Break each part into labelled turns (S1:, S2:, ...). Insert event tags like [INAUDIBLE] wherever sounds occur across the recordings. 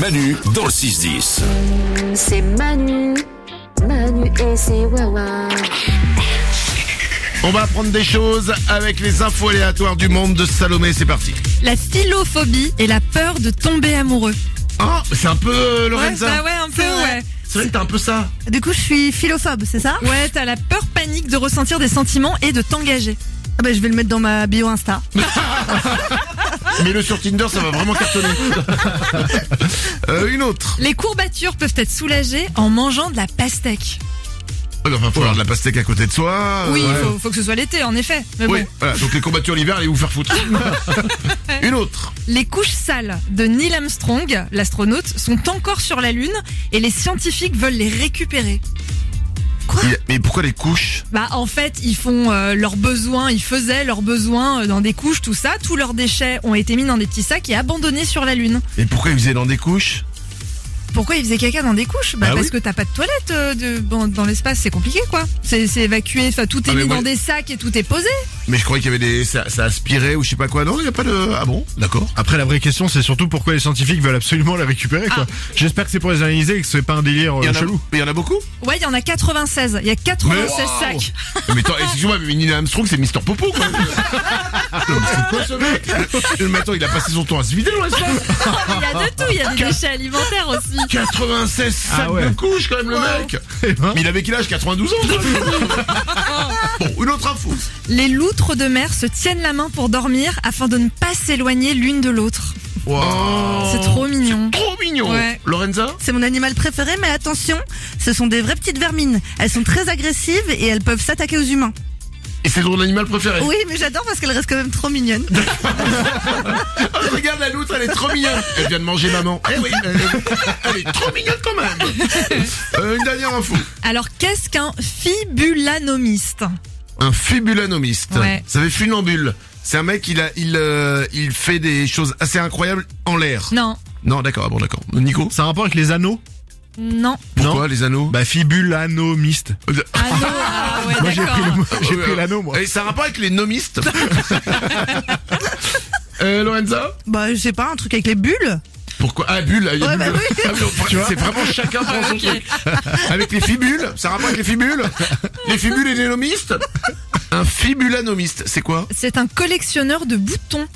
S1: Manu dans le 6-10.
S2: C'est Manu, Manu et ses Wawa.
S3: On va apprendre des choses avec les infos aléatoires du monde de Salomé. C'est parti.
S4: La philophobie et la peur de tomber amoureux.
S3: Ah, c'est un peu euh, Lorenza.
S4: bah ouais, un peu, ouais.
S3: C'est vrai que t'as un peu ça.
S5: Du coup, je suis philophobe, c'est ça
S4: Ouais, t'as la peur panique de ressentir des sentiments et de t'engager.
S5: ah bah, Je vais le mettre dans ma bio Insta.
S3: Mais le sur Tinder, ça va vraiment
S4: [LAUGHS]
S3: cartonner. Euh, une autre.
S4: Les courbatures peuvent être soulagées en mangeant de la pastèque.
S3: Il va falloir de la pastèque à côté de soi. euh,
S4: oui, il
S3: ouais.
S4: faut, faut que ce soit l'été, en effet. Mais
S3: Oui,
S4: bon.
S3: voilà. donc les combattants l'hiver, allez vous faire
S4: [LAUGHS]
S3: foutre. une autre.
S4: Les couches sales de Neil Armstrong, l'astronaute, sont encore sur la Lune et les scientifiques veulent les récupérer.
S3: Il- Mais pourquoi les couches
S4: Bah en fait, ils font euh, leurs besoins, ils faisaient leurs besoins euh, dans des couches, tout ça. Tous leurs déchets ont été mis dans des petits sacs et abandonnés sur la Lune.
S3: Et pourquoi ils faisaient dans des couches
S4: Pourquoi ils faisaient caca dans des couches Bah
S3: Bah
S4: parce
S3: oui.
S4: que t'as pas de toilette euh, de, bon, dans l'espace, c'est compliqué quoi. C'est c'est évacué, enfin tout est
S3: Ah, mais
S4: mis
S3: moi-
S4: dans des sacs et tout est posé.
S3: Mais je croyais qu'il y avait des. Ça, ça aspirait ou je sais pas quoi. Non, il n'y a pas de. Ah bon D'accord.
S6: Après, la vraie question, c'est surtout pourquoi les scientifiques veulent absolument la récupérer, quoi. J'espère que c'est pour les analyser et que ce n'est pas un délire
S3: Ah.
S6: euh,
S3: Il y en a-
S6: chelou.
S3: mais il y en a beaucoup
S4: Ouais, il y en a 96. Il y a 96
S3: Mais-
S4: sacs. [LAUGHS]
S3: Mais attends, excuse-moi, mais Neil Armstrong, c'est Mister Popo, quoi. Non, mais c'est quoi ce mec Le matin, il a passé son temps à se vider, ouais, ça.
S4: Il y a de tout, il y a des déchets alimentaires aussi.
S3: 96 sacs
S6: Ah ouais.
S3: de couches, quand même, le mec.
S6: Eh ben.
S3: Mais il avait quel âge 92 ans, quoi.
S4: [LAUGHS]
S3: Bon, une autre info.
S4: Les loutres de mer se tiennent la main pour dormir afin de ne pas s'éloigner l'une de l'autre.
S3: Wow.
S4: Oh. C'est trop mignon.
S3: Trop mignon.
S4: Ouais.
S3: Lorenza
S5: C'est mon animal préféré, mais attention, ce sont des vraies petites vermines. Elles sont très agressives et elles peuvent s'attaquer aux humains.
S3: Et c'est ton animal préféré
S4: Oh.
S5: Oui, mais j'adore parce qu'elles restent quand même trop mignonnes.
S3: Oh, regarde la loutre, elle est trop mignonne. Elle vient de manger maman. Eh oui, elle est, elle est trop mignonne quand
S4: [LAUGHS]
S3: même. Euh, une dernière info.
S4: [LAUGHS] Alors qu'est-ce qu'un fibulanomiste
S3: Un fibulanomiste.
S4: Ouais.
S3: Ça fait funambule. C'est un mec, il a, il, euh, il fait des choses assez incroyables en l'air.
S4: Non,
S3: Non, d'accord, ah bon, d'accord. Nico,
S6: Ça a un rapport avec les anneaux
S4: non.
S3: pourquoi les anneaux
S6: Bah, fibulanomiste.
S5: [LAUGHS]
S4: Ah non, ah ouais,
S6: Moi, j'ai pris,
S4: d'accord.
S6: le mot- [LAUGHS] j'ai pris l'anneau, moi.
S3: Et ça a rapport avec les
S6: [LAUGHS]
S3: nomistes. euh, Lorenza
S5: Bah, je sais pas, un truc avec les bulles
S3: Pourquoi Ah, bulle, il y a
S5: Ouais,
S3: bulle.
S5: bah oui.
S3: Ah, mais on- C'est vraiment chacun prend son truc. Avec les fibules, ça a rapport avec les fibules Les fibules et les nomistes Un fibulanomiste, c'est quoi
S4: C'est un collectionneur de boutons.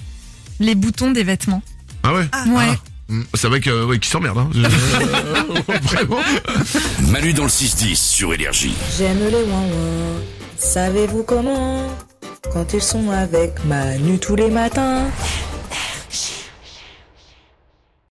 S4: Les boutons des vêtements.
S3: Ah ouais
S4: ouais.
S3: Mm, C'est vrai que, ouais, qui s'emmerde, hein. Euh, Vraiment.
S1: Manu dans le 6-10 sur Énergie.
S7: J'aime les ouin Savez-vous comment Quand ils sont avec Manu tous les matins.